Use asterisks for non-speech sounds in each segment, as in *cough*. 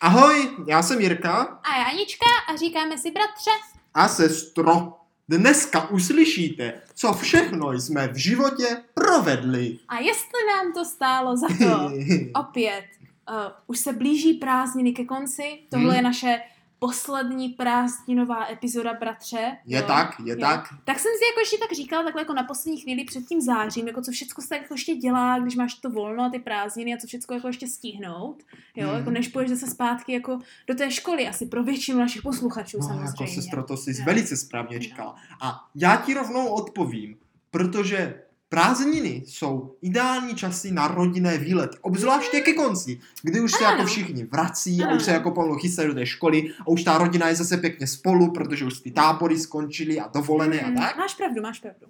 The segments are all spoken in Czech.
Ahoj, já jsem Jirka A já Janička a říkáme si bratře. a sestro. Dneska uslyšíte, co všechno jsme v životě *laughs* provedli. A jestli nám to stálo za *laughs* to, opět, uh, už se blíží prázdniny ke konci, tohle Hmm. je naše poslední prázdninová epizoda, bratře. je Jo, tak, je jo. tak. Tak jsem si jako ještě tak říkala, takhle jako na poslední chvíli před tím zářím, jako co všechno se tak jako ještě dělá, když máš to volno a ty prázdniny a co všechno jako ještě stihnout, jo, Hmm. jako než půjdeš zase zpátky jako do té školy, asi pro většinu našich posluchačů No, samozřejmě. jako sestro, to jsi Jo. velice správně říkala. A já ti rovnou odpovím, protože prázdniny jsou ideální časy na rodinné výlety, obzvláště ke konci, kdy už se Ano. jako všichni vrací a Ano. už se jako pomalu chystají do té školy a už ta rodina je zase pěkně spolu, protože už ty tábory skončily a dovolené a Hmm, tak. Máš pravdu, máš pravdu.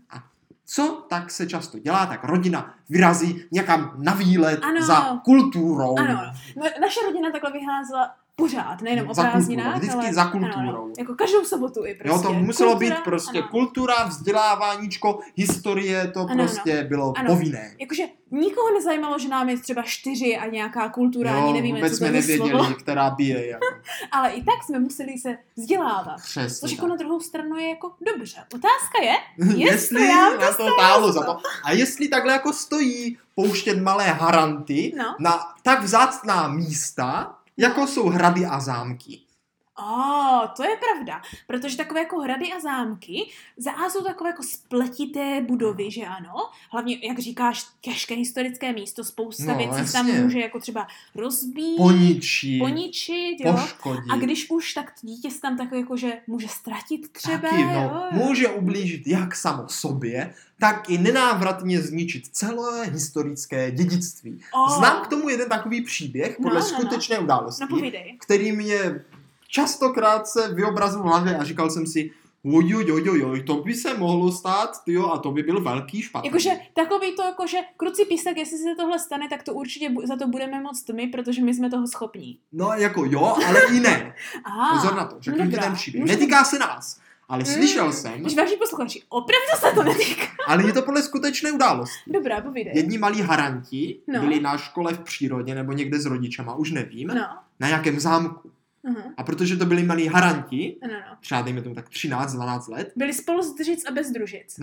co tak se často dělá, tak rodina vyrazí někam na výlet Ano. za kulturou. Ano, no, naše rodina takhle vyházela pořád, nejenom o Za kulturou, prázdninách, vždycky ale, za kulturou. jako každou sobotu i prostě. jo, to muselo Kultura, být prostě Ano. kultura, vzděláváníčko, historie, to Ano, prostě bylo Ano. povinné. Jakože nikoho nezajímalo, že nám je třeba čtyři a nějaká kultura, jo, ani nevíme, vůbec co to jsme je za nevěděli, slovo, která bije. Jako. ale i tak jsme museli se vzdělávat. Přesně Což jako tak. na druhou stranu je jako dobře. Otázka je, *laughs* jestli nám na to stálo za to. A jestli takhle jako stojí pouštět malé haranty No. na tak vzácná místa, jako jsou hrady a zámky. Ó, to je pravda, protože takové jako hrady a zámky, za A jsou takové jako spletité budovy, že ano? Hlavně, jak říkáš, těžké historické místo, spousta No, no, věcí se tam jasně. může jako třeba rozbít, Poničí, poničit, jo? poškodí. A když už, tak dítě se tam tak jako, že může ztratit třeba, Taky, no, jo? může ublížit jak samo sobě, tak i nenávratně zničit celé historické dědictví. O, Znám k tomu jeden takový příběh No, podle no, no. skutečné události, No povídej. který mě častokrát se vyobrazil v hlavě a říkal jsem si, ojojojojoj, to by se mohlo stát, tyjo, a to by byl velký špatný. Jakože takový to, jakože kruci písek, jestli se tohle stane, tak to určitě bu- za to budeme moc my, protože my jsme toho schopní. No jako jo, ale i *laughs* ne. Aha, Pozor na to, řeknu ti dobrá. ten příběh. Můžeme- Netýká se nás, ale Mm. slyšel jsem, Když váží posluchači, opravdu se to netýká. *laughs* ale je to podle skutečné události. Dobrá, povídej. Jedni malí haranti no. No. byli na škole v přírodě nebo někde s rodičema, už nevím, no. No, na nějakém zámku. aha, A protože to byli malí haranti, ano, no. třeba dejme tomu tak 13-12 let, *laughs* Byli spolu z družic a bez družic.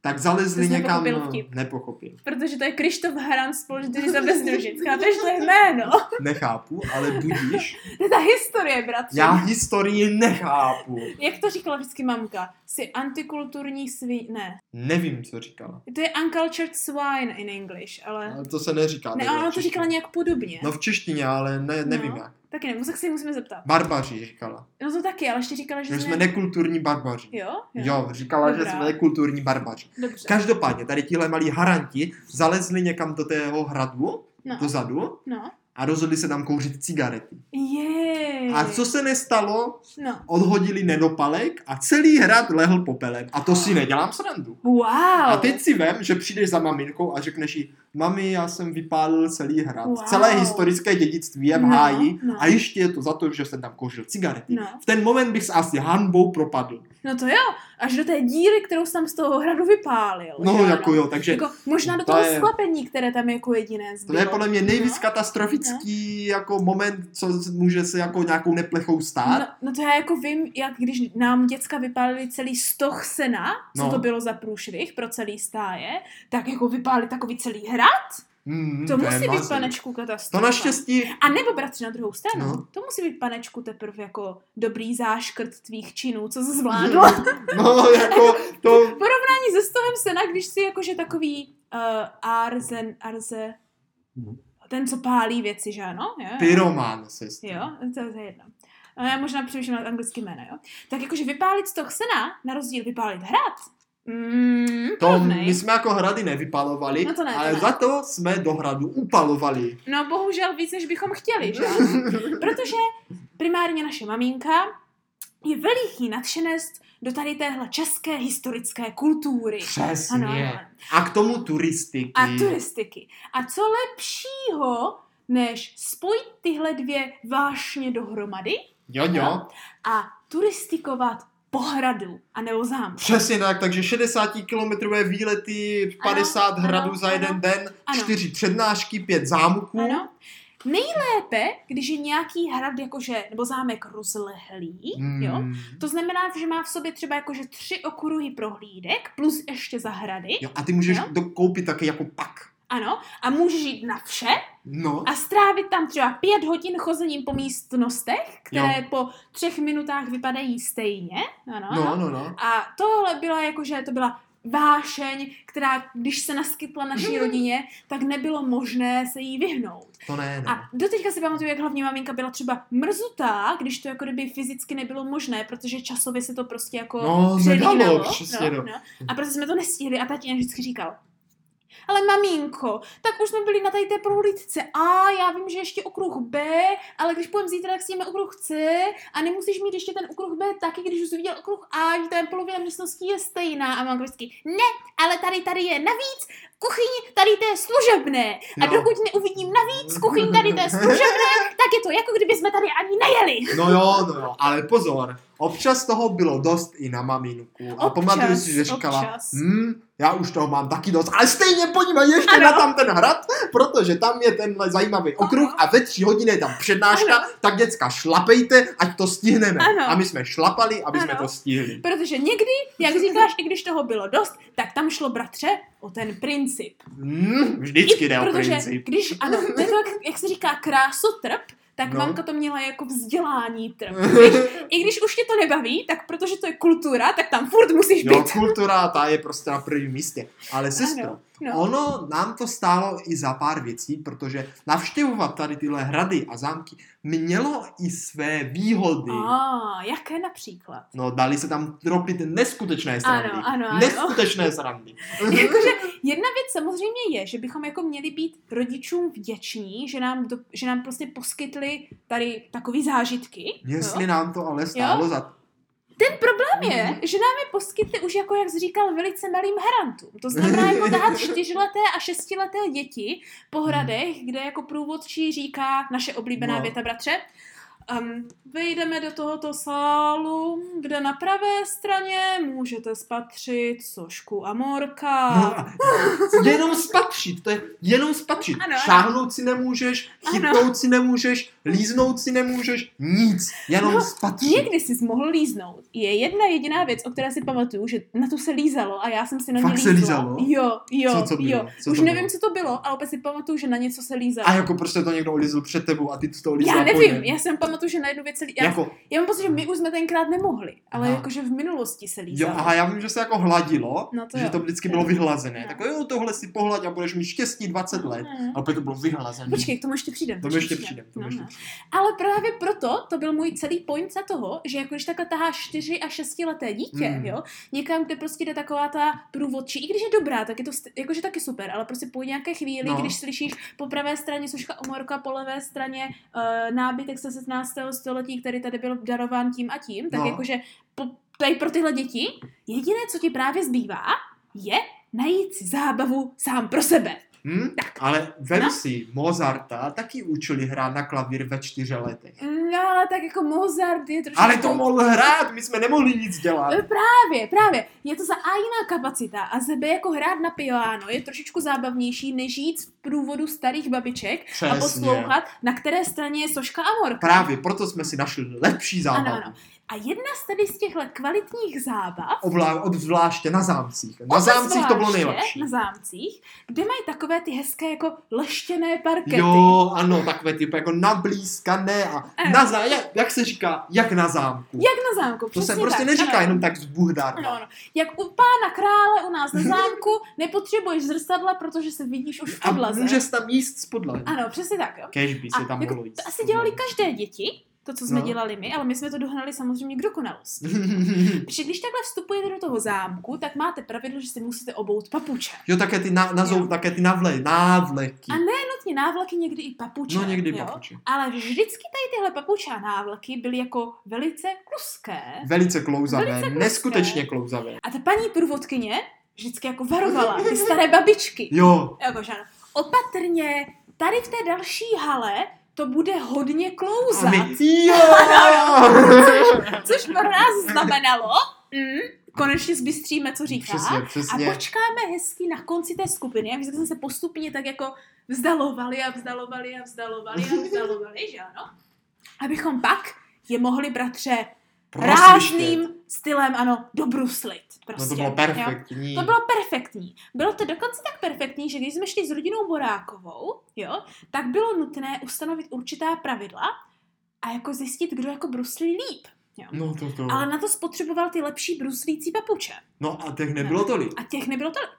tak zalezli To jsi někam... nepochopil vtip. Nepochopil. Protože to je Krištof Haran spolu z družic a bez družic. Chápeš to je jméno? *laughs* Nechápu, ale budíš. To je ta historie, bratře. Já historii nechápu. Jak to říkala vždycky mamka? Jsi antikulturní svin... Ne. Nevím, co říkala. To je uncultured swine in English, ale... Ale to se neříká. Ne, takhle ale ona v to češtině. říkala nějak podobně. No v češtině, ale ne, nevím No. jak. Taky nevím, tak se ji musíme zeptat. Barbaři říkala. No to taky, ale ještě říkala, že Že jsme nekulturní barbaři. Jo? Jo, říkala, že Dobrá. jsme nekulturní barbaři. Dobře. Každopádně, tady tihle malí haranti zalezli někam do tého hradu, No, dozadu, no. a rozhodli se tam kouřit cigarety. Jej. A co se nestalo? No. Odhodili nedopalek a celý hrad lehl popelem. A to si nedělám srandu. Wow. A teď si vem, že přijdeš za maminkou a řekneš jí, mami, já jsem vypálil celý hrad. Wow. Celé historické dědictví je v No, háji no. a ještě je to za to, že jsem tam kouřil cigarety. No. V ten moment bych se asi hanbou propadl. no to jo, až do té díry, kterou jsem z toho hradu vypálil. že No, ano? jako jo, takže Jako, možná do To toho je- sklepení, které tam jako jediné To zbylo. je podle mě nejvíc No. katastrofický jako moment, co z- může se jako nějakou neplechou stát. No, no to já jako vím, jak když nám děcka vypálili celý stoch sena, co No. no. to bylo za průšvih pro celý stáje, tak jako vypálili takový celý hrad. Mm, No, To, je musí být mazec. panečku To katastrofa. naštěstí, A nebo bratři na druhou stranu, No. no. to musí být panečku teprve jako dobrý záškrt tvých činů, co se zvládlo. no jako to, Porovnání se stohem sena, když si jakože takový uh, arzen, arze, Hmm. ten, co pálí věci, že ano? Jo, jo. pyroman sestry. Jo, to je jedno. A já možná přemýšlím nad anglický jména, jo? Tak jakože vypálit z toho sena, na rozdíl vypálit hrad, mm, To podobnej. my jsme jako hrady nevypalovali, No to ne, to ale ne. za to jsme do hradu upalovali. No bohužel víc, než bychom chtěli, *laughs* že? Protože primárně naše maminka je veliký nadšenec do tady téhle české historické kultury. Přesně. Ano, ano. A k tomu turistiky. A turistiky. A co lepšího, než spojit tyhle dvě vášně dohromady Jo, jo. a turistikovat po hradu, anebo zámku. Přesně tak, takže 60-kilometrové výlety, 50 Ano, hradů ano, za jeden ano. den, Ano. 4 přednášky, 5 zámků. Ano. Nejlépe, když je nějaký hrad jakože, nebo zámek rozlehlý, Mm. jo? To znamená, že má v sobě třeba jakože tři okruhy prohlídek plus ještě zahrady. jo. A ty můžeš Jo. to koupit taky jako pak. Ano, a můžeš jít na vše No, a strávit tam třeba pět hodin chozením po místnostech, které jo. po třech minutách vypadají stejně. Ano. no, no, no. A tohle byla jakože, to byla vášeň, která, když se naskytla naší rodině, tak nebylo možné se jí vyhnout. To ne, no. A doteďka si pamatuju, jak hlavně maminka byla třeba mrzutá, když to jako kdyby fyzicky nebylo možné, protože časově se to prostě jako No, přelínalo. nedalo, přesně, no. no. A prostě jsme to nestihli a tatínek vždycky říkal, ale maminko, tak už jsme byli na tady té prohlídce A, já vím, že ještě okruh B, ale když půjdeme zítra, tak sníme okruh C a nemusíš mít ještě ten okruh B taky, když už jsi viděl okruh A, že ten polovina místností je stejná a mám vždycky, ne, ale tady, tady je navíc, kuchyň, tady to je služebné No. a dokud neuvidím navíc kuchyň tady té služebné, tak je to jako kdyby jsme tady ani *laughs* nejeli. No jo, no jo, ale pozor, občas toho bylo dost i na maminku. A Občas, pamatuju si, že říkala, občas. hm, já už toho mám taky dost, ale stejně pojďme ještě Ano. na tam ten hrad, protože tam je tenhle zajímavý okruh a ve tři hodiny je tam přednáška, Ano. tak děcka šlapejte, ať to stihneme. Ano. A my jsme šlapali, aby jsme Ano. to stihli. Protože někdy, jak říkáš, i když toho bylo dost, tak tam šlo, bratře, o ten princip. Hm, vždycky jde o Protože princip. když, ano, to je to, jak, jak se říká krásotrp, tak No. no. mamka to měla jako vzdělání trp. Víš, I když už tě to nebaví, tak protože to je kultura, tak tam furt musíš Jo, být. kultura, ta je prostě na prvním místě. Ale No, sestro, No. Ono nám to stálo i za pár věcí, protože navštěvovat tady tyhle hrady a zámky mělo i své výhody. A, jaké například? No, dali se tam tropit neskutečné srandy. ano, ano. Neskutečné srandy. *laughs* Jakože jedna věc samozřejmě je, že bychom jako měli být rodičům vděční, že nám, do, že nám prostě poskytli tady takové zážitky. Jestli jo? nám to ale stálo za to. Ten problém je, že nám je poskytli už jako, jak jsi říkal, velice malým herantům. To *laughs* znamená jako tahat čtyřleté a šestileté děti po hradech, kde jako průvodčí říká naše oblíbená No. no. věta, bratře, Um, vejdeme do tohoto sálu, kde na pravé straně můžete spatřit sošku a morka. No, a- jenom spatřit, to je jenom spatřit. Ano, ano. Šáhnout si nemůžeš, Ano. chytnout si nemůžeš, líznout si nemůžeš, nic, jenom No, spatřit. Někdy jsi mohl líznout. Je jedna jediná věc, o které si pamatuju, že na to se lízalo a já jsem si na Fakt ně se lízla. lízalo? Jo, jo, Co- co bylo? jo. Co Už to nevím, bylo? co to bylo, ale opět si pamatuju, že na něco se lízalo. A jako prostě to někdo olizl před tebou a ty to olizla po já nevím, něm. já jsem pamatuju, že na jednu věc se lízalo. Já, Jako, já mám pocit, že my už jsme tenkrát nemohli, ale Aha. jakože v minulosti se Jo, lízalo. aha, já vím, že se jako hladilo, No to že jo. to vždycky Jo. bylo vyhlazené. No. Tak jo, tohle si pohlaď a budeš mít štěstí 20 let. Mm. A opět to bylo vyhlazené. Počkej, k tomu ještě přijdem. To mi počkej, ještě přijde. To mi ještě No, no. přijde. Ale právě proto to byl můj celý point za toho, že jako když takhle tahá 4 a 6 leté dítě, Mm. mm. jo, někam, kde prostě jde taková ta průvodčí, i když je dobrá, tak je to st- jakože taky super, ale prostě po nějaké chvíli, No. no. když slyšíš po pravé straně soška omorka, po levé straně uh, nábytek ze 17. století, který tady byl darován tím a tím, tak No. no. jakože po, tady pro tyhle děti, jediné, co ti právě zbývá, je najít si zábavu sám pro sebe. Hm? Tak. Ale vem No. si, Mozarta taky učili hrát na klavír ve čtyři letech. No, ale tak jako Mozart je trošku... Ale to mohl hrát, my jsme nemohli nic dělat. Eh, Právě, právě. Je to za A jiná kapacita a ze B jako hrát na piano je trošičku zábavnější, než jít v průvodu starých babiček a Přesně. poslouchat, na které straně je soška a morka. Právě proto jsme si našli lepší Ano, zábavu. ano. A jedna z tady z těchto kvalitních zábav Obla- Obzvláště na zámcích. Na zámcích to bylo obzvláště nejlepší. Na zámcích, kde mají takové ty hezké jako leštěné parkety. Jo, ano, takové typy jako nablízkané a Ano. na zá- jak, jak se říká, jak na zámku. Eh. Jak na zámku, To přesně se prostě tak. neříká ano. No, jenom tak z buhdárna. Ano, ano. Jak u pána krále u nás *laughs* na zámku nepotřebuješ zrcadla, protože se vidíš už v A podlaze. můžeš tam jíst z podlahy. Ano, přesně tak, jo. Kež by se tam jako, mohlo jíst. to asi *laughs* dělali každé děti, to, co jsme No. Hm. no. dělali my, ale my jsme to dohnali samozřejmě k dokonalosti. Protože když takhle vstupujete do toho zámku, tak máte pravidlo, že si musíte obout papuče. Jo, také ty, na, na Jo. zoub, také ty navle, návleky. A Nutně návlaky, někdy i papuče. no někdy jo? papuče. Ale vždycky tady tyhle papuče a návlaky byly jako velice kluské. Velice klouzavé, Velice kluské. neskutečně klouzavé. A ta paní průvodkyně vždycky jako varovala ty staré babičky. Jo, Jako, že ano, opatrně, tady v té další hale to bude hodně a *laughs* klouzat. *laughs* my, jo! Což pro nás znamenalo, mm, konečně zbystříme, co říká. Přesně, přesně. A počkáme hezky na konci té skupiny. A vždycky jsme se postupně tak jako vzdalovali a vzdalovali a vzdalovali a vzdalovali, že ano? Abychom pak je mohli, bratře, Proslyšte. rázným stylem, ano, dobruslit. No Prostě, Prostě. to bylo Jo? perfektní. To bylo perfektní. Bylo to dokonce tak perfektní, že když jsme šli s rodinou Borákovou, jo, tak bylo nutné ustanovit určitá pravidla a jako zjistit, kdo jako bruslí líp. Jo. No to to. Ale na to spotřeboval ty lepší bruslící papuče. No a těch nebylo tolik. A těch nebylo tolik.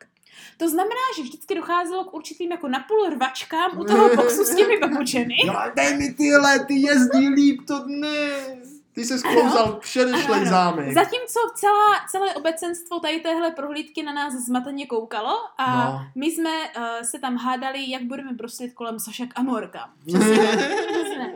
To znamená, že vždycky docházelo k určitým jako napůl rvačkám u toho boxu s těmi papučemi. No a dej mi tyhle, ty jezdí líp to dnes. Ty se sklouzal předešlej Ano, ano. zámek. *laughs* Zatímco celá, celé obecenstvo tady téhle prohlídky na nás zmateně koukalo a No. my jsme uh, se tam hádali, jak budeme bruslit kolem Sašek a Morka. No, Přesně, přesně.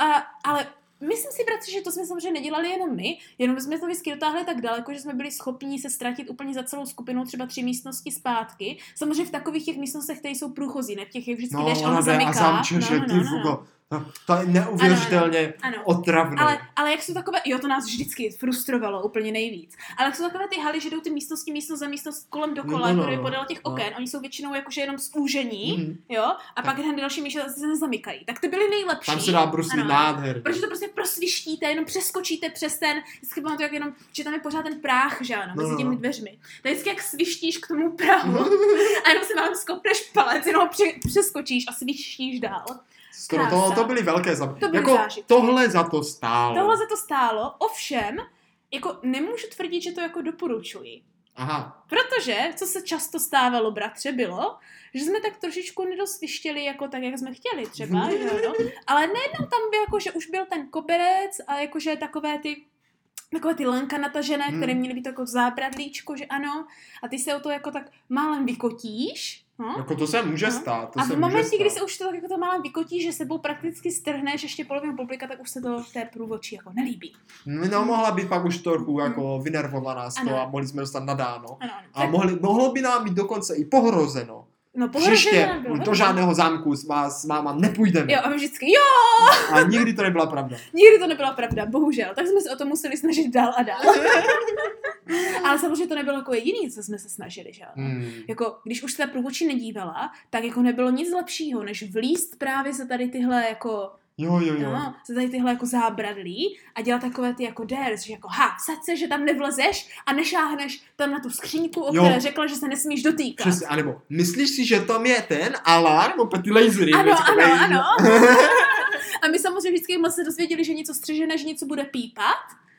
A, ale myslím si, bratře, že to jsme samozřejmě nedělali jenom my, jenom jsme to vždycky dotáhli tak daleko, že jsme byli schopni se ztratit úplně za celou skupinu, třeba tři místnosti zpátky. Samozřejmě v takových těch místnostech, které jsou průchozí, ne v těch je vždycky No, jdeš a ona on jde zamyká. a zamčeše, no, ty no, no, no. fugo. No, to je neuvěřitelně Mhm. Ano. otravné. Ale, ale jak jsou takové, jo, to nás vždycky frustrovalo úplně nejvíc. Ale jak jsou takové ty haly, že jdou ty místnosti, místnost za místnost kolem dokola, No, no, no, no, no, které no, podél těch no. oken, oni jsou většinou jakože jenom stůžení, mm. Mhm. jo, a pak hned další místa se nezamykají. Tak ty byly nejlepší. Tam se dá prostě bruslit Ano. nádherně. Protože to prostě prosvištíte, jenom přeskočíte přes ten, vždycky pamatuju, jak jenom, že tam je pořád ten práh, že ano, No, mezi no, těmi no. dveřmi. Tak vždycky jak svištíš k tomu prahu *laughs* a jenom si málem skopneš palec, jenom ho pře- přeskočíš a svištíš dál. Skoro Krása. to, to byly velké zážitky. To byly jako zážitky. tohle za to stálo. Tohle za to stálo, ovšem, jako nemůžu tvrdit, že to jako doporučuji. Aha, Protože, co se často stávalo, bratře, bylo, že jsme tak trošičku nedosvištěli, jako tak, jak jsme chtěli Mhm. třeba, že jo, no. Ale nejednou tam byl, jako, že už byl ten koberec a jakože takové ty takové ty lanka natažené, Hmm. které měly být jako zábradlíčko, že ano, a ty se o to jako tak málem vykotíš, no, jako to se může No. stát. To a se v může momentě, kdy stát. se už to tak jako to málem vykotíš, že sebou prakticky strhneš ještě polovinu publika, tak už se to té průvočí jako nelíbí. No, mohla být pak už trochu jako vynervovaná z toho Hmm. Ano. a mohli jsme dostat nadáno. Ano, ano. A mohli, mohlo by nám být dokonce i pohrozeno. No, pohrožené Příště nám bylo, do ano. žádného zámku s, vás, s máma nepůjdeme. Jo, a my vždycky, jo, A nikdy to nebyla pravda. nikdy to nebyla pravda, bohužel. Tak jsme se o to museli snažit dál *laughs* a dál. Ale samozřejmě to nebylo jako jediný, co jsme se snažili, že ano. Hmm. Jako, když už se ta průvodčí nedívala, tak jako nebylo nic lepšího, než vlíst právě se tady tyhle jako, Jo, jo, jo. no, se tady tyhle jako zábradlí a dělat takové ty jako dares, že jako ha, saď se, že tam nevlezeš a nešáhneš tam na tu skříňku, o Jo. které řekla, že se nesmíš dotýkat. Přesně, anebo myslíš si, že tam je ten alarm, opět ty lasery. Ano, vždycky ano, lasery. *laughs* ano. A my samozřejmě vždycky, jakmile se dozvěděli, že něco střežené, že něco bude pípat,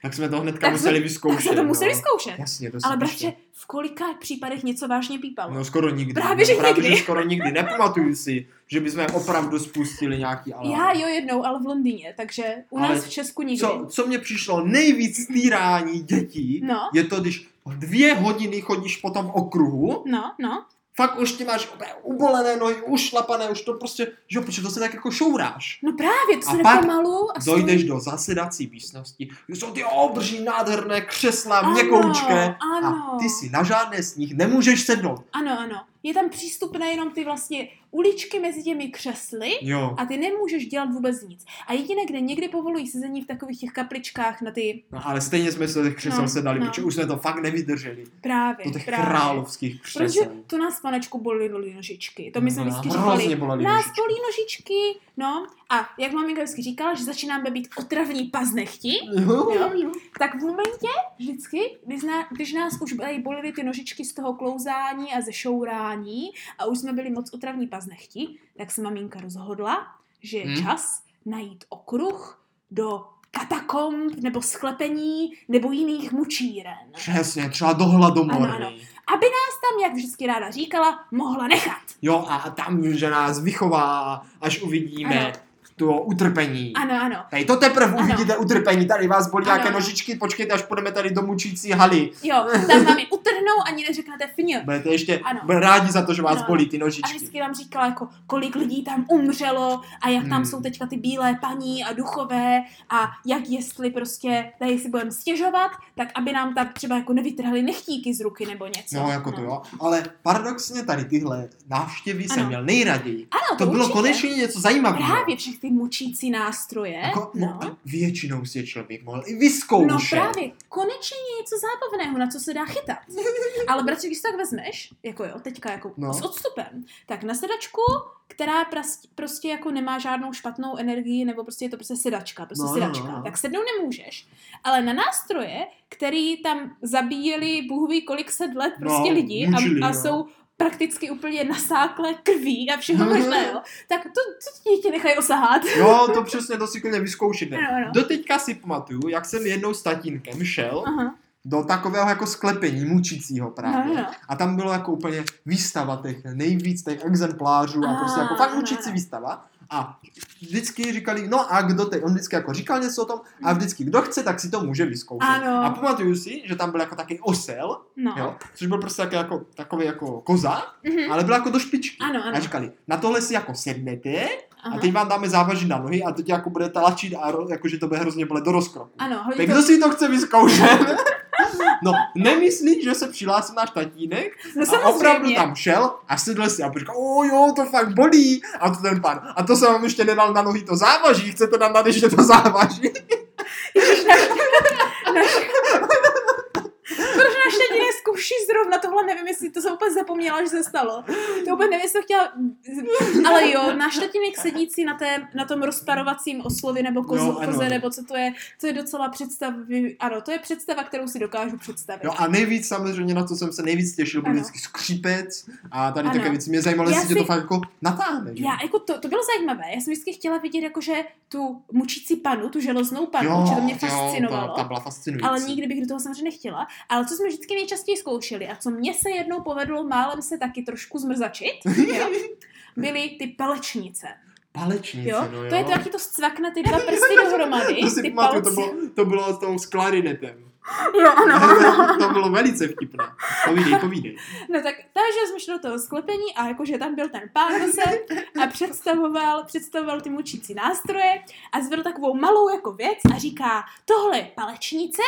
Tak jsme to hnedka Tak jsme- museli tak vyzkoušet. se to no. museli zkoušet. Jasně, to Ale si bratře, v kolika případech něco vážně pípalo? No skoro nikdy. Právě, že no, právě, nikdy. Že skoro nikdy. Nepamatuju si, že bychom opravdu spustili nějaký alarm. Já jo jednou, ale v Londýně, takže u no. Ale nás v Česku nikdy. Co, co mě přišlo nejvíc týrání dětí, No. je to, když dvě hodiny chodíš po tom okruhu, No, no, fakt už ti máš úplně ubolené nohy, ušlapané, už to prostě, že jo, protože to se tak jako šouráš. no právě, to A se jde pak pomalu a Dojdeš stojí. do zasedací místnosti, kde jsou ty obří nádherné křesla, Ano, měkoučké, ano. a ty si na žádné z nich nemůžeš sednout. Ano, ano. Je tam přístupné jenom ty vlastně uličky mezi těmi křesly Jo, a ty nemůžeš dělat vůbec nic. A jediné, kde někdy povolují sezení v takových těch kapličkách na ty no, ale stejně jsme se těch křesel No, sedali, no. protože už jsme to fakt nevydrželi. právě, Do těch právě. královských Protože křesel. to nás, panečku, bolí nožičky. To my jsme No, vždycky hrozně říkali. bolely Nás nožičky. bolí nožičky, no. A jak maminka vždycky říkala, že začínáme být otravní paznechti, Jo, Jo. tak v momentě vždycky, když, ná, když nás už tady bolely ty nožičky z toho klouzání a ze šourání a už jsme byli moc otravní paznechti, tak se maminka rozhodla, že je Hmm. čas najít okruh do katakomb nebo sklepení nebo jiných mučíren. Přesně, třeba do hladomory. Ano, ano. Nás tam, jak vždycky ráda říkala, mohla nechat. Jo, a a tam, že nás vychová, až uvidíme Ano. ano. to utrpení. Ano, ano. Tady to teprve Ano. uvidíte utrpení, tady vás bolí Ano, nějaké ano. nožičky, počkejte, až půjdeme tady do mučící haly. Jo, tam vám je utrhnou, ani neřeknete fňl. Budete ještě Ano. ano. rádi za to, že vás Ano. ano. bolí ty A nožičky. vždycky nám říkala, jako, kolik lidí tam umřelo a jak tam Hmm. jsou teďka ty bílé paní a duchové a jak jestli prostě tady si budeme stěžovat, tak aby nám tam třeba jako nevytrhli nechtíky z ruky nebo něco. No, jako to jo. Ale paradoxně tady tyhle návštěvy jsem Ano. měl nejraději. Ano, To, to bylo určitě. konečně něco zajímavého. Právě všech ty takový močící nástroje. Jako, no. no. a většinou si je člověk mohl i vyzkoušet. No právě, konečně něco zábavného, na co se *laughs* dá chytat. Ale bratře, když si tak vezmeš, jako jo, teďka jako no. No. s odstupem, tak na sedačku, která pras- prostě jako nemá žádnou špatnou energii, nebo prostě je to prostě sedačka, prostě No, no, no, sedačka, no, no. tak sednout nemůžeš. Ale na nástroje, který tam zabíjeli Bůh ví kolik set let prostě No, lidi mučili, a, a no. jsou prakticky úplně nasáklé krví a všeho no. možného, tak to, to dítě *laughs* nechají osahat. Jo, to přesně, to si klidně vyzkoušíte. Ano, ano. Doteďka si pamatuju, jak jsem jednou s tatínkem šel Aha, do takového jako sklepení mučícího no, právě. no. A tam bylo jako úplně výstava těch nejvíc těch exemplářů a prostě Ah, jako no, fakt no. mučící výstava. A vždycky říkali, no a kdo teď, on vždycky jako říkal něco o tom a vždycky kdo chce, tak si to může vyzkoušet. Ano. A pamatuju si, že tam byl jako takový osel, no. jo, což byl prostě jako, jako takový jako koza, Mhm. ale byl jako do špičky. Ano, ano. A říkali, na tohle si jako sednete Aha. a teď vám dáme závaží na nohy a teď jako bude tlačit a ro, jakože to bude hrozně bolet do rozkroku. Ano, hodí Tak to- kdo si to chce vyzkoušet? *laughs* No, nemyslíš, že se přihlásil náš tatínek? No a opravdu tam šel a sedl si a říkal, o jo, to fakt bolí. A to ten pan, a to jsem vám ještě nedal na nohy to závaží, chcete nám dát ještě to závaží? Proč náš jediné zkouší zrovna tohle, nevím, jestli to jsem úplně zapomněla, že se stalo. To úplně nevím, jestli to chtěla... Ale jo, náš tatínek sedící na, té, na tom rozparovacím oslovi nebo kozu, Jo, No, ano. koze, nebo co to je, to je docela představy... Ano, to je představa, kterou si dokážu představit. No a nejvíc samozřejmě, na co jsem se nejvíc těšil, byl Ano. vždycky skřípec a tady Ano. také věci. Mě zajímalo, Já jestli tě si- to fakt jako natáhne. že? Já, jako to, to bylo zajímavé, já jsem vždycky chtěla vidět jakože tu mučící panu, tu železnou panu, že to mě fascinovalo. ta, ta byla fascinující. Ale nikdy bych do toho samozřejmě nechtěla. Ale co jsme vždycky nejčastěji zkoušeli a co mě se jednou povedlo málem se taky trošku zmrzačit, jo, *laughs* byly ty palečnice. Palečnice, Jo? no jo. To je to, jak ti to zcvakne ty dva prsty dohromady. *laughs* to si ty pamatuju, to palce. No. bylo, to bylo s tou s klarinetem. Jo, ano. *laughs* to bylo velice vtipné. Povídej, povídej. No tak, takže jsme šli do toho sklepení a jakože tam byl ten pán zase a představoval, představoval ty mučící nástroje a zvedl takovou malou jako věc a říká, tohle je palečnice,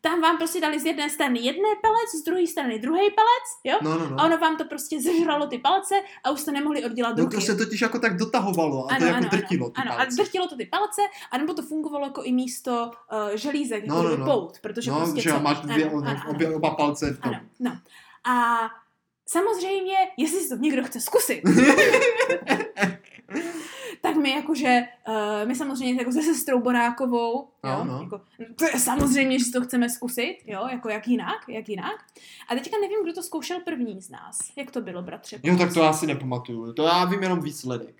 tam vám prostě dali z jedné strany jedné palec, z druhé strany druhý palec, jo? No, no, no. A ono vám to prostě zežralo ty palce a už to nemohli oddělat No ruky. to se totiž jako tak dotahovalo a to jako drtilo ty ano, ano, a palce. drtilo to ty palce, anebo to fungovalo jako i místo uh, želízek, No, jako no, kdyby no. pout, protože no, prostě že co? jo, máš dvě, ano, ono, ano, obě, oba palce v tom. ano, no. A samozřejmě, jestli si to někdo *laughs* chce zkusit, tak my jakože, uh, my samozřejmě jako se sestrou Borákovou, jo, No, no. Jako, to je samozřejmě, že si to chceme zkusit, jo, jako jak jinak, jak jinak. A teďka nevím, kdo to zkoušel první z nás. Jak to bylo, bratře? Jo, tak to já si nepamatuju. To já vím jenom výsledek.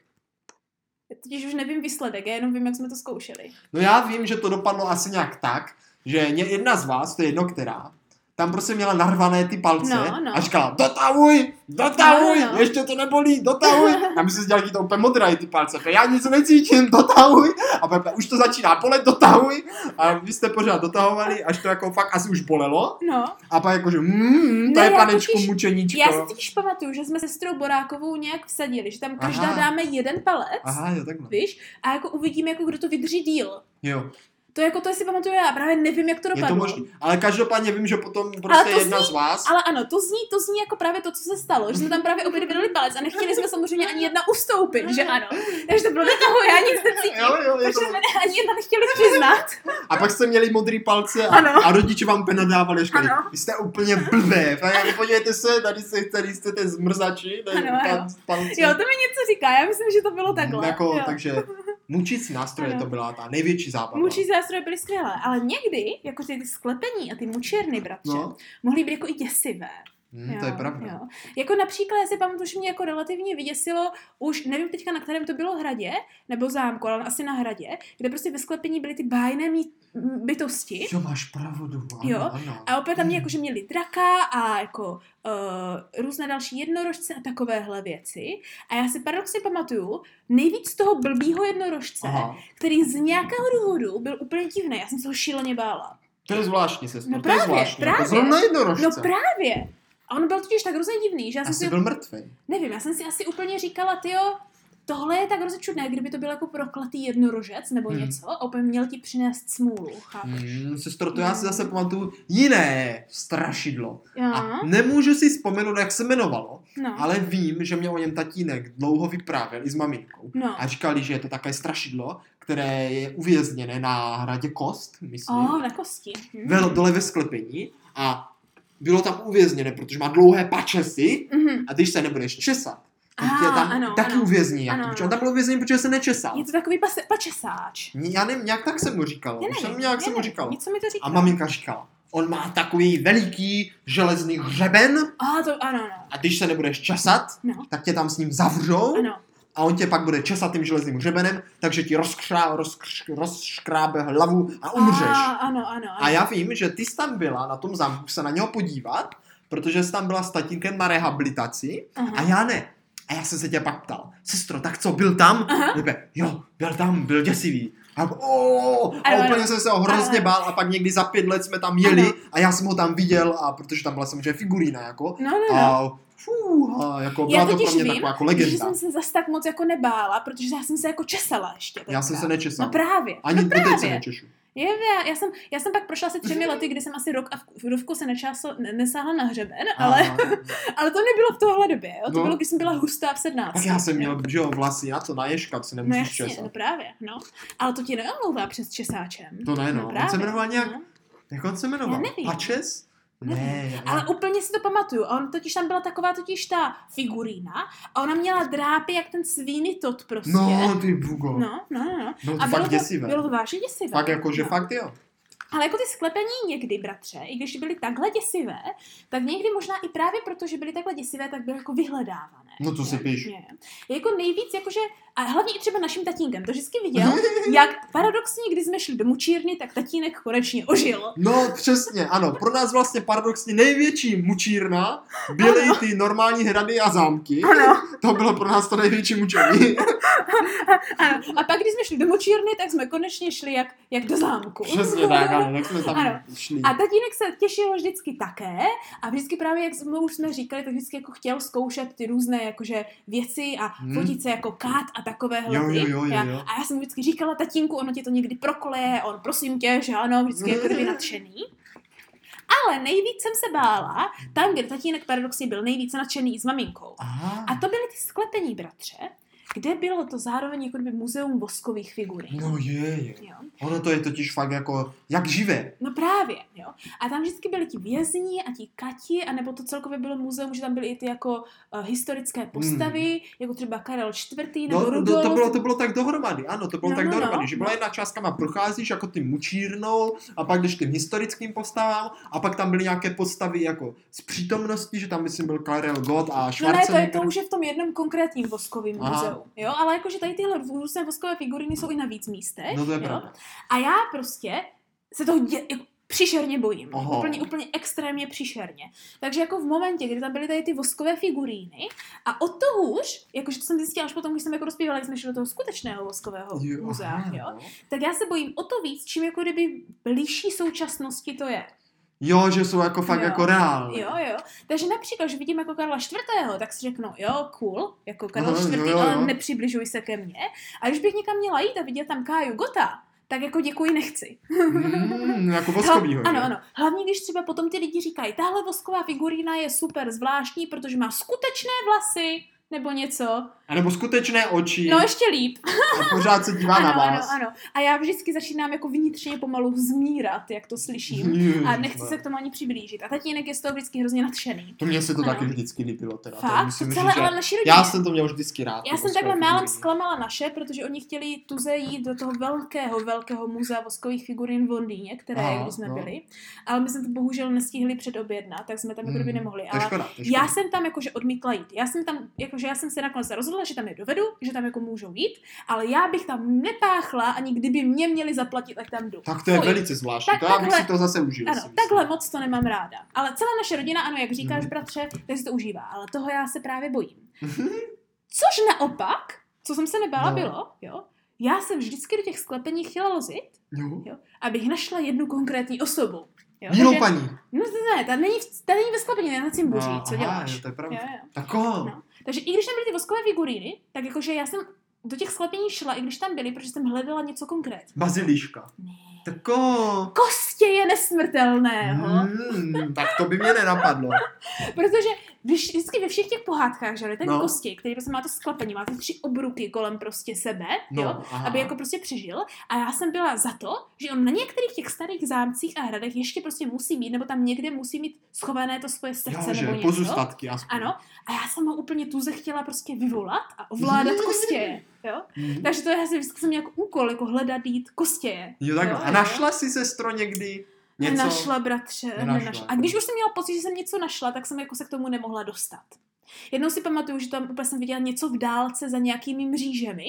Totiž už nevím výsledek, já jenom vím, jak jsme to zkoušeli. No já vím, že to dopadlo asi nějak tak, že ně- jedna z vás, to je jedno která, tam prostě měla narvané ty palce No, no. a říkala, dotahuj, dotahuj, No, no. ještě to nebolí, dotahuj. A my jsme si dělali to úplně modré ty palce, to já nic necítím, dotahuj. A Pepe, už to začíná bolet, dotahuj. A vy jste pořád dotahovali, až to jako fakt asi už bolelo. No, A pak jakože, mm, to Ne, je No já panečku totiž- mučeníčko. Já si totiž pamatuju, že jsme sestrou Borákovou nějak vsadili, že tam každá Aha. dáme jeden palec, Aha, jo, takhle. víš, a jako uvidíme, jako kdo to vydrží díl. Jo, To jako to si pamatuju já, právě nevím, jak to je to dopadlo. možné. Ale každopádně vím, že potom Ale prostě to jedna z vás... ale ano, to zní, to zní jako právě to, co se stalo, že jsme tam právě obě dvě dali palec a nechtěli jsme samozřejmě ani jedna ustoupit, že ano. Takže to bylo do toho, já nic necítím. Jo, jo, je Takže to... jsme ani jedna nechtěli přiznat. A pak jste měli modrý palce Ano. a, a rodiče vám penadávali školy. Ano. Vy jste úplně blbé. Fakt, Podívejte se, tady, se, tady jste ten zmrzači, ten Ano, ano. pan, palce. Jo, to mi něco říká, já myslím, že to bylo takhle. Jako, jo. takže mučící nástroje Ano. to byla ta největší zábava. Mučící nástroje byly skvělé, ale někdy, jako ty sklepení a ty mučírny, bratře, No, mohly být jako i děsivé. hm, to je pravda. Jo. Jako například, já si pamatuju, že mě jako relativně vyděsilo, už nevím teďka, na kterém to bylo hradě, nebo zámku, ale asi na hradě, kde prostě ve sklepení byly ty bájné mí- m, bytosti. Jo, máš pravdu. Ano, Jo, ano. A opět Hm. tam mě jako, že měli draka a jako uh, různé další jednorožce a takovéhle věci. A já si paradoxně pamatuju, nejvíc toho blbýho jednorožce, Aha. Aha. který z nějakého důvodu byl úplně divný. Já jsem se ho šíleně bála. To je zvláštní, sestro. No to je právě, zvláštní. právě. Jako zrovna jednorožce. No právě. A on byl totiž tak hrozně divný, že já jsem si Asi byl mrtvý. Nevím, já jsem si asi úplně říkala, tyjo, Tohle je tak rozečudné, kdyby to byl jako prokletý jednorožec nebo Hmm. něco, a opět měl ti přinést smůlu. chápeš? Hmm, sestro, to já Mm. si zase pamatuju jiné strašidlo. Já? A nemůžu si vzpomenout, jak se jmenovalo, No. ale vím, že mě o něm tatínek dlouho vyprávěl i s maminkou. No. A říkali, že je to takové strašidlo, které je uvězněné na hradě Kost, myslím. O, na kosti. Hm. Velo dole ve sklepení a bylo tam uvězněné, protože má dlouhé pačesy Mhm. a když se nebudeš česat, tak Ah, tě tam ano, taky ano. uvězní. Jak Ano. to, protože on tam byl uvězněný, protože se nečesal. Je to takový pase, pačesáč. Ní- Já nevím, nějak tak jsem mu říkal. Já Už jsem nevím, nějak já jsem mu nevím, říkal. Něco mi to říká. A maminka říkala, on má takový veliký železný hřeben A to, ano, ano. a když se nebudeš česat, No. tak tě tam s ním zavřou Ano. a on tě pak bude česat tím železným hřebenem, takže ti rozkřá, rozkř, rozškrábe hlavu a umřeš. A, ano, ano, ano. A já vím, že ty jsi tam byla na tom zámku se na něho podívat, protože jsi tam byla s tatínkem na rehabilitaci a Aha. já ne. A já jsem se tě pak ptal, sestro, tak co, byl tam? Aha. Jebe, jo, byl tam, byl děsivý. A, já, o, a Ano, úplně ano. jsem se ho hrozně Ano. bál a pak někdy za pět let jsme tam jeli Ano. a já jsem ho tam viděl, a protože tam byla samozřejmě figurína, jako. No, no, no. A, fů, a jako, Já byla to pro totiž mě vím, taková jako že legenda. jsem se zas tak moc jako nebála, protože já jsem se jako česala ještě. Já jsem tenkrát. se nečesal. No právě. Ani no doteď se právě. nečešu. Je, já, já, jsem, já jsem pak prošla asi třemi lety, kdy jsem asi rok a v rovku se nečásl, ne, nesáhla na hřeben, ale, A- ale to nebylo v tohle době. Jo? To No. bylo, když jsem byla hustá v 17. Tak já jsem jo. měl, že jo, vlasy na to, na ježka, co No nemusíš jasně, česat. no právě, no. Ale to ti neomlouvá přes česáčem. To ne, no. On se právě, jmenoval nějak- no. Jak on se jmenoval? Já nevím. Pačes? Ne, Nevím. já- Ale úplně si to pamatuju. A on totiž tam byla taková totiž ta figurína a ona měla drápy jak ten svíny tot prostě. No, ty bugo. No, no, no, no. No, A fakt bylo to, děsivé. bylo to vážně děsivé. Fakt jako, že no. fakt jo. Ale jako ty sklepení někdy, bratře, i když byly takhle děsivé, tak někdy možná i právě proto, že byly takhle děsivé, tak byly jako vyhledávané. No to si Jo, píš. jo. Je jako nejvíc, jakože, a hlavně i třeba naším tatínkem, *laughs* to vždycky viděl, jak paradoxně, když jsme šli do mučírny, tak tatínek konečně ožil. No, přesně, ano. Pro nás vlastně paradoxně největší mučírna byly ty normální hrady a zámky. Ano. To bylo pro nás to největší *laughs* mučení. Ano. A pak, když jsme šli do mučírny, tak jsme konečně šli jak, jak do zámku. Přesně tak, ano, tak jsme tam Ano. šli. A tatínek se těšil vždycky také a vždycky právě, jak jsme už jsme říkali, tak vždycky jako chtěl zkoušet ty různé jakože věci a Hmm. fotit se jako kát a takovéhle. Jo, ty. jo, jo, jo, Já- jo. A já jsem mu vždycky říkala, tatínku, ono tě to někdy prokleje, on prosím tě, že ano, vždycky jako kdyby nadšený. Ale nejvíc jsem se bála tam, kde tatínek paradoxně byl nejvíc nadšený s maminkou. Aha. A to byly ty sklepení, bratře, kde bylo to zároveň jako kdyby muzeum voskových figurín. No je, je. Jo. Ono to je totiž fakt jako, jak živé. No právě, jo. A tam vždycky byli ti vězni a ti kati, anebo to celkově bylo muzeum, že tam byly i ty jako uh, historické postavy, jako třeba Karel IV. nebo Hmm. No, Rudolf. to, to, bylo, to bylo tak dohromady, ano, to bylo vlastně. no, No, tak no, no, dohromady, že byla no. jedna část, kam procházíš jako tím mučírnou a pak jdeš k tím historickým postavám a pak tam byly nějaké postavy jako z přítomnosti, že tam myslím byl Karel Gott a No ne, to, je, Schwarzenegger. to už je v tom jednom konkrétním voskovém Aha. muzeu, jo, ale jakože tady tyhle různé voskové figuriny jsou i na víc místech, No to je jo, pravda. a já prostě se toho dě, jako příšerně bojím, Aha. úplně, úplně extrémně příšerně, takže jako v momentě, kdy tam byly tady ty voskové figuríny a o to hůř, jakože to jsem zjistila až potom, když jsem jako rozpívala, když jsme šli do toho skutečného voskového Jo, muzea, aha, jo, no. tak já se bojím o to víc, čím jako kdyby blížší současnosti to je. jo, že jsou jako fakt Jo. jako reálné. Jo, jo. Takže například, že vidím jako Karla IV., tak si řeknu, jo, cool, jako Karel Aha, IV., jo, jo, jo. ale nepřibližuj se ke mně. A když bych někam měla jít a vidět tam Káju Gota, tak jako děkuji, nechci. Mm, jako voskovýho. ano, že? ano. Hlavně, když třeba potom ty lidi říkají, tahle vosková figurína je super zvláštní, protože má skutečné vlasy, nebo něco. A nebo skutečné oči No ještě líp. a pořád se dívá Hm. na Ano, ano, vás. ano. A já vždycky začínám jako vnitřně pomalu zmírat, jak *laughs* to slyším. Hm. A nechci se k tomu ani přiblížit. A tatínek je z toho vždycky hrozně nadšený. To mně se to Ano. taky vždycky líbilo. Teda. to Fakt? To musím celé říct, že... ale naši rodině. Já jsem to prostě jako měl vždycky rád. ty Já jsem voskové takhle málem figuríny. zklamala naše, protože oni chtěli tuze jít do toho velkého, velkého muzea voskových figurín v Londýně, které Aha, Aha, když jsme no. no. byli, ale my jsme to bohužel nestihli předobjednat, tak jsme tam jako kdyby Mm, nemohli. To je Ale škoda, to je škoda. já jsem tam jakože odmítla jít. Já jsem tam, jakože já jsem se nakonec rozhodla, že tam je dovedu, že tam jako můžou jít, ale já bych tam nepáchla, ani kdyby mě měli zaplatit, tak tam jdu. Tak to je Fuj. velice zvláštní, Tak to já bych takhle- si to zase užil. si Ano, myslím. *laughs* takhle moc to nemám ráda. Ale celá naše rodina, ano, jak říkáš, Mhm. bratře, tak si to užívá. Ale toho já se právě bojím. Což naopak, co jsem se nebála, No. no. bylo, jo, já jsem vždycky do těch sklepení chtěla lozit, Jo. abych našla jednu konkrétní osobu. Jo, Bílou takže- paní. No, No to ne, ta není, v- ta není ve sklepeně, ta na cimbuří, co děláš? jo, to je pravda. Jo, jo. Tak jo. No. Takže i když tam byly ty voskové figuríny, tak jakože já jsem do těch sklepení šla, i když tam byly, protože jsem hledala něco konkrétně. Bazilíška. Ne. Tak jo. Kostě je nesmrtelného. Hmm, tak to by mě nenapadlo. Protože vž- vždycky ve všech těch pohádkách, že jo, je ten No. no. kosti, který prostě má to sklepení, má ty tři obruky kolem prostě sebe, no. jo, aha. aby jako prostě přežil. A já jsem byla za to, že on na některých těch starých zámcích a hradech ještě prostě musí mít, nebo tam někde musí mít schované to svoje srdce jo, že, nebo něco. pozůstatky aspoň. Ano, a já jsem ho úplně tuze chtěla prostě vyvolat *laughs* a ovládat kostěje, jo. Hmm. Takže to já jsem vždycky jsem měla jako úkol, jako hledat jít kostěje. Jo, tak Jo, a jo. našla si sestro někdy něco? Nenašla, bratře, Nenašla. nenašla. nenašla. A když už jsem měla pocit, že jsem něco našla, tak jsem jako se k tomu nemohla dostat. Jednou si pamatuju, že tam úplně jsem viděla něco v dálce za nějakými mřížemi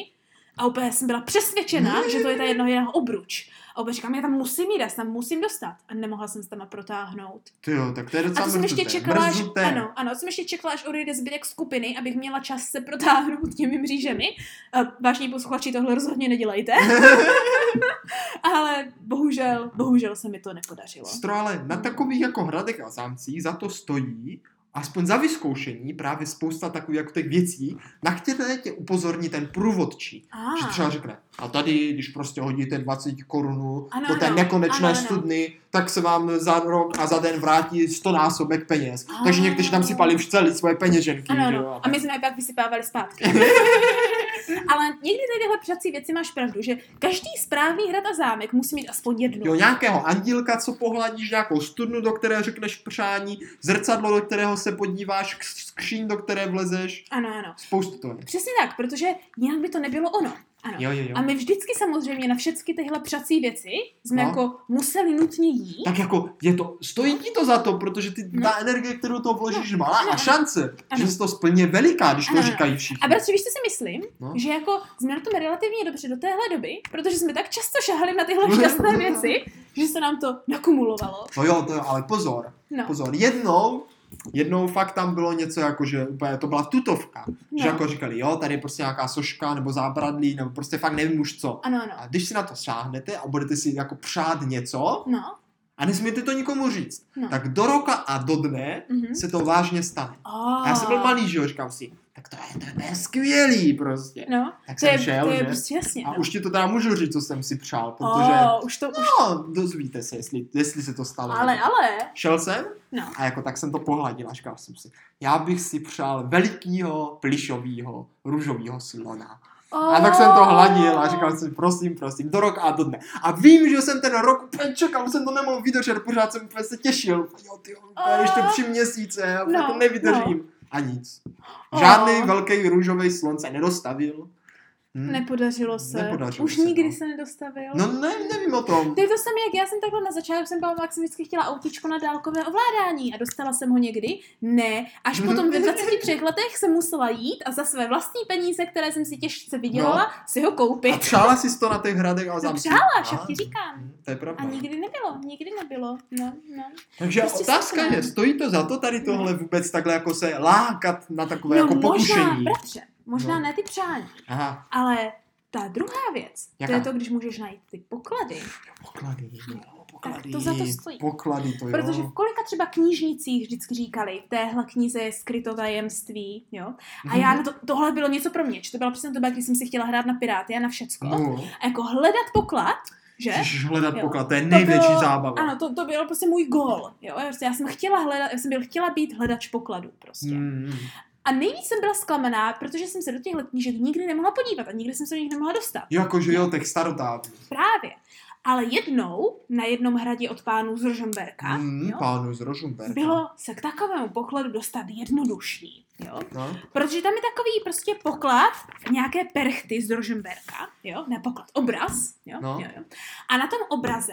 a úplně jsem byla přesvědčená, že to je ta jedno jeho obruč. A úplně říkám, já tam musím jít, já se tam musím dostat. A nemohla jsem se tam protáhnout. Ty jo, tak to je A docela to jsem ještě mrzuté. čekala, až, Mrzuté. ano, ano, to jsem ještě čekala, až odejde zbytek skupiny, abych měla čas se protáhnout těmi mřížemi. Eh, Vážení posluchači, tohle rozhodně nedělejte. Ale bohužel, bohužel se mi to nepodařilo. Sestro, ale na takových jako hradech a zámcích za to stojí aspoň za vyzkoušení právě spousta takových jako těch věcí, na které tě upozorní ten průvodčí. Ah. Že třeba řekne, a tady, když prostě hodíte 20 korunů Ano, do té ano. nekonečné Ano, ano. studny, tak se vám za rok a za den vrátí 100 násobek peněz. Ah. Takže někteří tam sypali už celý svoje peněženky. Ano, že jo, ano. A tak. my jsme je pak *laughs* vysypávali zpátky. Ale někdy tady tyhle přací věci máš pravdu, že každý správný hrad a zámek musí mít aspoň jednu. Jo, nějakého andílka, co pohladíš, nějakou studnu, do které řekneš přání, zrcadlo, do kterého se podíváš, k- skříň, do které vlezeš, Ano, ano. spoustu to je. Přesně tak, protože jinak by to nebylo ono. Ano. Jo, jo, jo. A my vždycky samozřejmě na všechny tyhle přací věci No. jsme no. jako museli nutně jít. Tak jako je to, stojí ti to za to, protože ty, No. ta energie, kterou to vložíš, je malá a Ano. šance, Ano. že se to splně veliká, když to Ano, ano. říkají všichni. A prostě- bratře, víš, co si myslím? No. Že jako jsme na tom relativně dobře do téhle doby, protože jsme tak často šahali na *laughs* tyhle šťastné věci, že se nám to nakumulovalo. No jo, to jo, ale pozor, No, pozor, jednou, jednou fakt tam bylo něco jako, že úplně to byla tutovka, že no. jako říkali, jo, tady je prostě nějaká soška nebo zábradlí, nebo prostě fakt nevím už co. Ano, ano. A když si na to sáhnete a budete si jako přát něco, No, a nesmíte to nikomu říct, no. tak do roka a do dne Mhm. Ah. se to vážně stane. A A já jsem byl malý, že jo, říkám si, tak to je, to je, to je skvělý prostě. No, Tak to jsem je, šel, to je že? prostě jasně. A no. už ti to teda můžu říct, co jsem si přál, protože oh, už to, už, no, dozvíte se, jestli, jestli se to stalo. ale, ale, Šel jsem no. a jako tak jsem to pohladil a říkal jsem si, já bych si přál velikýho, plišovýho, růžovýho slona. Oh. A tak jsem to hladil a říkal jsem, prosím, prosím, do roka a do dne. A vím, že jsem ten rok úplně čekal, už jsem to nemohl vydržet, pořád jsem úplně se těšil. Jo, ty, Oh. ještě tři měsíce, já No, to nevydržím. A nic. Žádný Oh. velký růžový slunce nedostavil. Hm. Nepodařilo se. Nepodařilo už se, nikdy no. se nedostavil. No ne, nevím o tom. To je to samé, jak já jsem takhle na začátku jsem byla, jak jsem vždycky chtěla autíčko na dálkové ovládání a dostala jsem ho někdy. Ne, až Mhm. potom ve 23 letech jsem musela jít a za své vlastní peníze, které jsem si těžce vydělala, no. si ho A koupit. přála jsi to na těch hradech a To zámcích? No, přála, však A, ti říkám. hm, To je pravda. A nikdy nebylo, nikdy nebylo. No, no. Takže Prostě otázka sakra. je, stojí to za to tady tohle vůbec takhle jako se lákat na takové no jako možná, pokušení? bratře, možná No. ne ty přání, Aha, ale ta druhá věc, Jaká? to je to, když můžeš najít ty poklady. poklady. jo, poklady, to za to stojí. Poklady to jo. Protože v kolika třeba knížnicích vždycky říkali, v téhle knize je skryto tajemství, jo. A Mhm. já na to, tohle bylo něco pro mě, že to byla přesně doba, kdy jsem si chtěla hrát na Piráty a na všecko. No, A jako hledat poklad, že? Ježiš, hledat Jo. poklad, to je největší bylo- zábava. Ano, to, to byl prostě můj gól, jo. Prostě Já jsem chtěla hledat, já jsem byl, chtěla být hledač pokladu prostě. Hmm. A nejvíc jsem byla zklamaná, protože jsem se do těchto knížek nikdy nemohla podívat a nikdy jsem se do nich nemohla dostat. Jo, jakože jo, těch starodávných. Právě. Ale jednou na jednom hradě od pánů z Rožemberka Hmm, jo, pánu z Rožumberka. bylo se k takovému pokladu dostat jednodušší. Jo? No. Protože tam je takový prostě poklad nějaké perchty z Rožemberka, jo? ne poklad, obraz. Jo? No. Jo, jo. A na tom obraze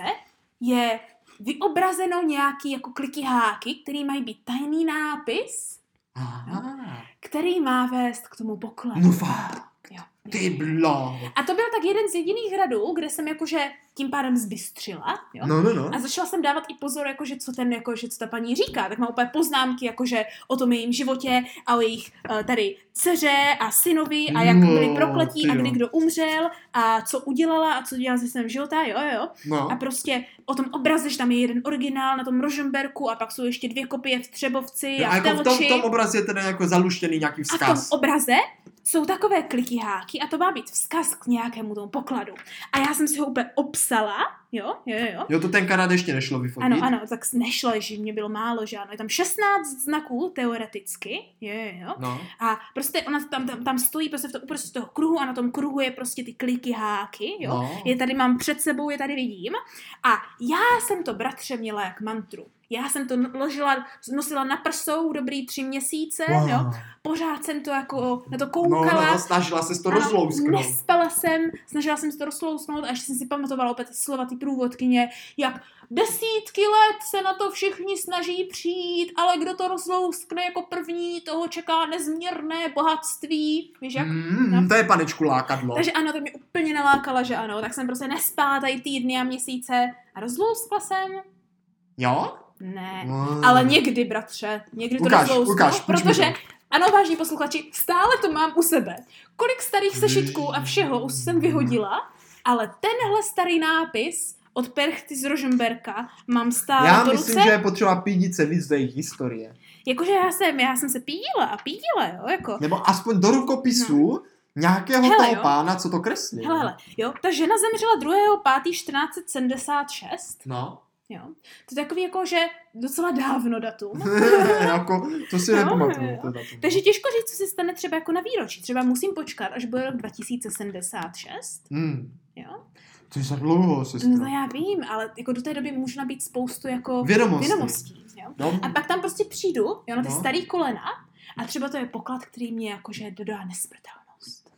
je vyobrazeno nějaký jako kliky háky, který mají být tajný nápis, Aha. který má vést k tomu pokladu. Ah, No fakt. Jo. Ty blá. A to byl tak jeden z jediných radů, kde jsem jakože tím pádem zbystřila, jo? No, no, no. A začala jsem dávat i pozor, jakože co ten, jakože co ta paní říká. Tak má úplně poznámky, jakože o tom jejím životě a o jejich eh, tady dceře a synovi a jak No, byli prokletí a ty jo. kdy kdo umřel a co udělala a co dělala ze svém života, jo, jo, jo. No. A prostě o tom obraze, že tam je jeden originál na tom Rožemberku a pak jsou ještě dvě kopie v Třebovci Jo, a, a v jako v tom, v Telči. tom obraze je teda jako zaluštěný nějaký A v tom vzkaz. obraze jsou takové klikyháky a to má být vzkaz k nějakému tomu pokladu. A já jsem si ho úplně obsala, jo, jo, jo, jo. Jo, to tenkrát ještě nešlo vyfotit. Ano, ano, tak nešlo, že mě bylo málo, že ano. Je tam 16 znaků teoreticky, jo, jo, jo. No. A prostě ona tam, tam, tam stojí prostě v tom uprostřed toho kruhu a na tom kruhu je prostě ty kliky háky, jo. No. Je tady mám před sebou, je tady vidím. A já jsem to, bratře, měla jak mantru. Já jsem to nožila, nosila na prsou dobrý tři měsíce, Wow. jo. Pořád jsem to jako na to No, koukala. no, snažila se to Ano, rozlousknout. Nespala jsem, snažila jsem se to rozlousnout a ještě jsem si pamatovala opět ty slova ty průvodkyně, jak desítky let se na to všichni snaží přijít, ale kdo to rozlouskne jako první, toho čeká nezměrné bohatství. Víš jak? Mm, No. To je panečku lákadlo. Takže ano, to mě úplně nalákala, že ano. Tak jsem prostě nespala tady týdny a měsíce a rozlouskla jsem. Jo? Ne. No. Ale někdy, bratře, někdy to Ukáž, rozlousknu, ukáž, půjč mi protože, to. ano, vážní posluchači, stále to mám u sebe. Kolik Mm. starých sešitků a všeho už jsem vyhodila, ale tenhle starý nápis od Perchty z Rožemberka mám stále Já do myslím, ruce. že je potřeba pídit se víc do jejich historie. Jakože já jsem, já jsem se pídila a pídila, jo, jako. Nebo aspoň do rukopisu nějakého No. Hele, toho jo. pána, co to kreslí. no. Hele, hele, jo, ta žena zemřela 2.5.1476, No. jo. To je takový jako, že docela dávno datum. *laughs* jako, to si No, nepamatuju. jo. to datum. Takže těžko říct, co se stane třeba jako na výročí. Třeba musím počkat, až bude rok 2076. Hmm. Jo? To je za dlouho, sestra. No já vím, ale jako do té doby můžu nabít spoustu jako Vědomosti. vědomostí. Jo? No. A pak tam prostě přijdu, jo, na ty No. no. starý kolena a třeba to je poklad, který mě jakože dodá nesmrtelnost.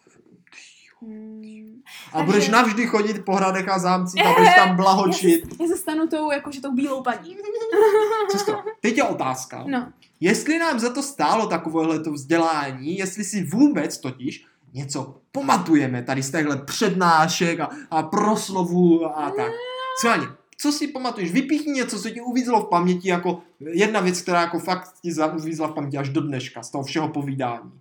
Hmm. A budeš takže- navždy chodit po hradech a zámcích a *laughs* budeš tam Já, blahočit. se, já se stanu tou, jakože tou bílou paní. Sestro, teď je *laughs* otázka. No, Jestli nám za to stálo takovéhle to vzdělání, jestli si vůbec totiž něco pamatujeme tady z těchto přednášek a, a proslovů a tak. Cváně, co si pamatuješ? Vypíchni něco, co ti uvízlo v paměti jako jedna věc, která jako fakt ti za- uvízla v paměti až do dneška z toho všeho povídání.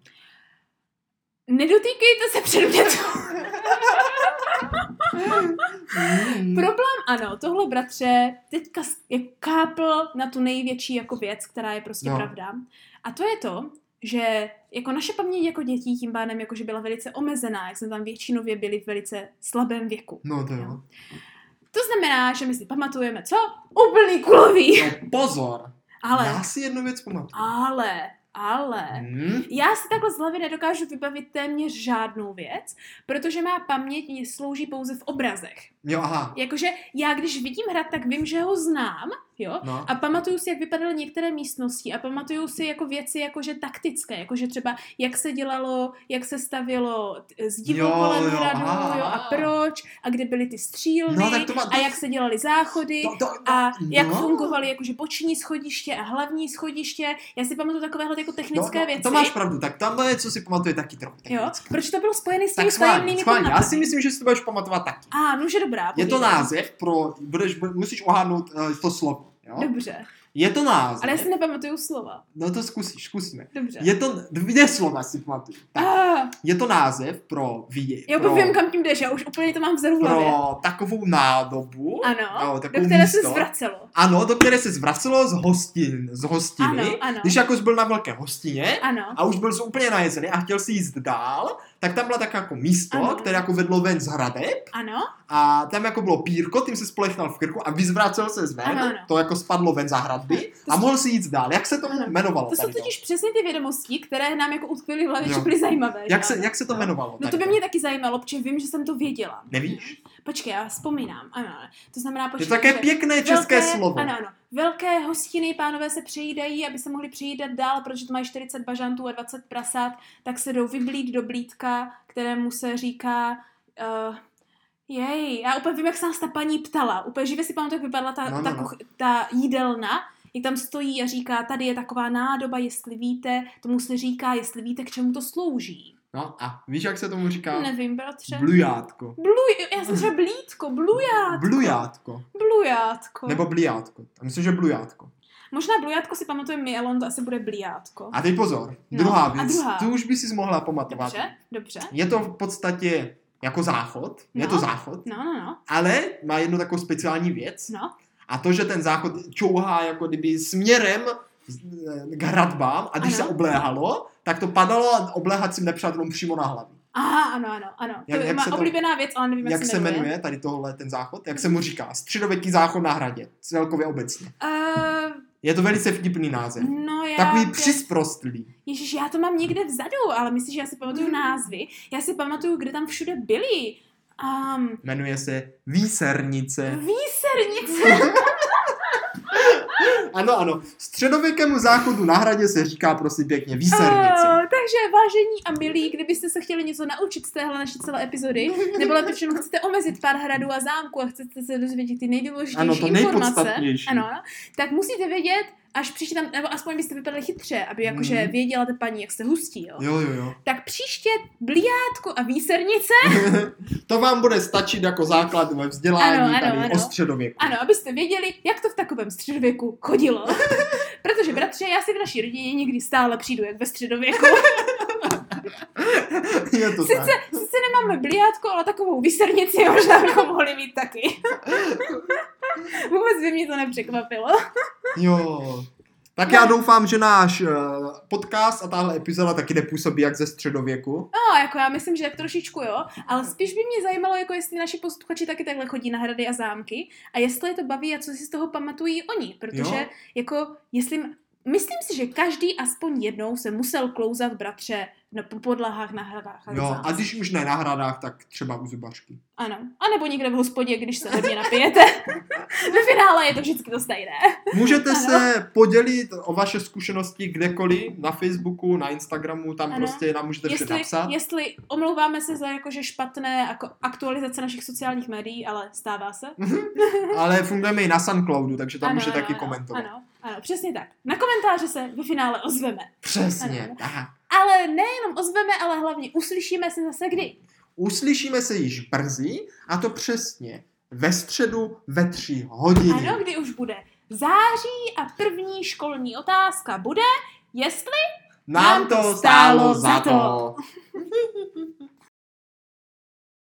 nedotýkejte se předmětu. Mm. Problém, ano, tohle bratře teďka s- je kápl na tu největší jako věc, která je prostě No. no. pravda. A to je to, že jako naše paměť jako dětí tím pádem jakože byla velice omezená, jak jsme tam většinově byli v velice slabém věku. No to jo. To znamená, že my si pamatujeme, co? Úplný kulový. No pozor, Ale, já si jednu věc pamatuju. ale, ale. Hmm? Já si takhle z hlavy nedokážu vybavit téměř žádnou věc, protože má paměť mě slouží pouze v obrazech. Jo, aha. Jakože já, když vidím hrad, tak vím, že ho znám, jo? No. A pamatuju si, jak vypadaly některé místnosti a pamatuju si jako věci jakože taktické, jakože třeba jak se dělalo, jak se stavělo t- zdivo Jo, kolem jo, hradu, aha. jo, a proč, a kde byly ty střílny, No, tak to má- to- a jak se dělaly záchody, To, to, to, a jak no. fungovaly jakože boční schodiště a hlavní schodiště. Já si pamatuju takovéhle jako technické věci. no, To máš pravdu, tak tamhle je, co si pamatuje taky trochu. jo? technicky. Proč to bylo spojené s těmi Tak schválně, tajemnými schválně. Já komnatami? si myslím, že si to budeš pamatovat taky. A, no, že dobrá. Je to povídej. název pro, budeš, bu- musíš ohádnout uh, to slovo. Jo? Dobře, Je to název. ale já si nepamatuju slova. No to zkusíš, zkusíme. Dobře. Je to, dvě slova si pamatuju. Tak. Ah, Je to název pro, vě, já pro, pro... vím, kam tím jdeš, já už úplně to mám vzadu No, v hlavě. pro takovou nádobu. Ano, no, do takovou které se místo. zvracelo. Ano, do které se zvracelo z hostin, z hostiny. Ano, ano. Když jako jsi byl na velké hostině, Ano, a už byl jsi úplně najezený a chtěl si jít dál, tak tam byla tak jako místo, Ano. které jako vedlo ven z hrade ano, a tam jako bylo pírko, tím se splechnal v krku a vyzvracel se zven, Ano, ano. to jako spadlo ven za hradby To a jsou- mohl si jít dál. Jak se to Ano. jmenovalo? to jsou No, tady to? totiž přesně ty vědomosti, které nám jako utkvěly v hlavě, Jo. že byly zajímavé. Jak že se, ano. jak se to jmenovalo? No tady to by mě taky zajímalo, protože vím, že jsem to věděla. Nevíš? Počkej, já vzpomínám. Ano, ano. To znamená, Je počkej. to také že pěkné české slovo. Ano, ano. Velké hostiny, pánové se přejídají, aby se mohli přejídat dál, protože to mají 40 bažantů a 20 prasát, tak se jdou vyblít do blídka, kterému se říká... Uh, jej, já úplně vím, jak se nás ta paní ptala. Úplně živě si pamatuju, jak vypadala ta, No, no, ta, no. kuch- ta jídelna, jak tam stojí a říká, tady je taková nádoba, jestli víte, tomu se říká, jestli víte, k čemu to slouží. No a víš, jak se tomu říká? Nevím, bratře. Blujátko. Bluj, já jsem třeba blítko, bluját, Blujátko. blujátko. Nebo blujátko. Myslím, že blujátko. Možná blujátko si pamatuje my, ale on to asi bude blíjátko. A teď pozor. No, Druhá a věc. druhá. Tu už by si mohla pamatovat. Dobře, dobře. Je to v podstatě jako záchod. Je No. to záchod. No, no, no, Ale má jednu takovou speciální věc. no. A to, že ten záchod čouhá jako kdyby směrem eh, k hradbám a když Ano. se obléhalo, tak to padalo obléhacím nepřátelům přímo na hlavu. Aha, ano, ano, ano. Jak- to je jak má se to- oblíbená věc, ale nevím, Jak se jmenuje. jmenuje tady tohle ten záchod? Jak se mu říká? Středověký záchod na hradě. Celkově obecně. Uh, Je to velice vtipný název. no já... Takový přisprostlý. Ježíš, já to mám někde vzadu, ale myslíš, že já si Hmm. pamatuju názvy? Já si pamatuju, kde tam všude byli. Um, Jmenuje se Výsernice. výsernice. Ano, ano. Středověkému záchodu na hradě se říká prostě pěkně Výsernice. Eh, takže vážení a milí, kdybyste se chtěli něco naučit z téhle naší celé epizody, nebo lépe všem chcete omezit pár hradů a zámků a chcete se dozvědět ty nejdůležitější Ano, to informace, nejpodstatnější. ano, ano, tak musíte vědět, až příště tam, nebo aspoň byste vypadali chytře, aby jakože Mhm. věděla ta paní, jak jste hustí, jo. Jo, jo, jo. *laughs* Tak příště blíjátko a výsernice, To vám bude stačit jako základ ve vzdělání Ano, ano, tady ano. o středověku. ano, abyste věděli, jak to v takovém středověku *laughs* chodilo. Protože, bratře, já si v naší rodině někdy stále přijdu, jak ve středověku. *laughs* Je to tak. Sice, sice nemáme bliátko, ale takovou vysernici možná bychom mohli mít *laughs* taky. Vůbec by mě to nepřekvapilo. Jo. Tak já doufám, že náš eh, podcast a tahle epizoda taky nepůsobí jak ze středověku. No, jako já myslím, že tak trošičku jo, ale spíš by mě zajímalo, jako jestli naši posluchači taky takhle chodí na hrady a zámky a jestli je to baví a co si z toho pamatují oni, protože Jo. jo. jako jestli... Myslím si, že každý aspoň jednou se musel klouzat bratře na, po podlahách na hradách a Jo, No, a zámcích. když už ne na hradách, tak třeba u zubařky. Ano, a nebo někde v hospodě, když se *laughs* hodně napijete. Ve finále je to vždycky to stejné. Můžete Ano. se podělit o vaše zkušenosti kdekoliv, na Facebooku, na Instagramu, tam Ano. prostě nám můžete vše jestli, napsat. jestli omlouváme se za jakože špatné jako aktualizace našich sociálních médií, ale stává se. Ale fungujeme i na SunCloudu, takže No, tam můžete taky ano, komentovat. Ano, ano, přesně tak. Na komentáře se ve finále ozveme. Přesně. Ano. Aha. Ale nejenom ozveme, ale hlavně uslyšíme se zase kdy. Uslyšíme se již brzy, a to přesně ve středu ve tři hodiny. Ano, kdy už bude září a první školní otázka bude, jestli Nám to stálo za to.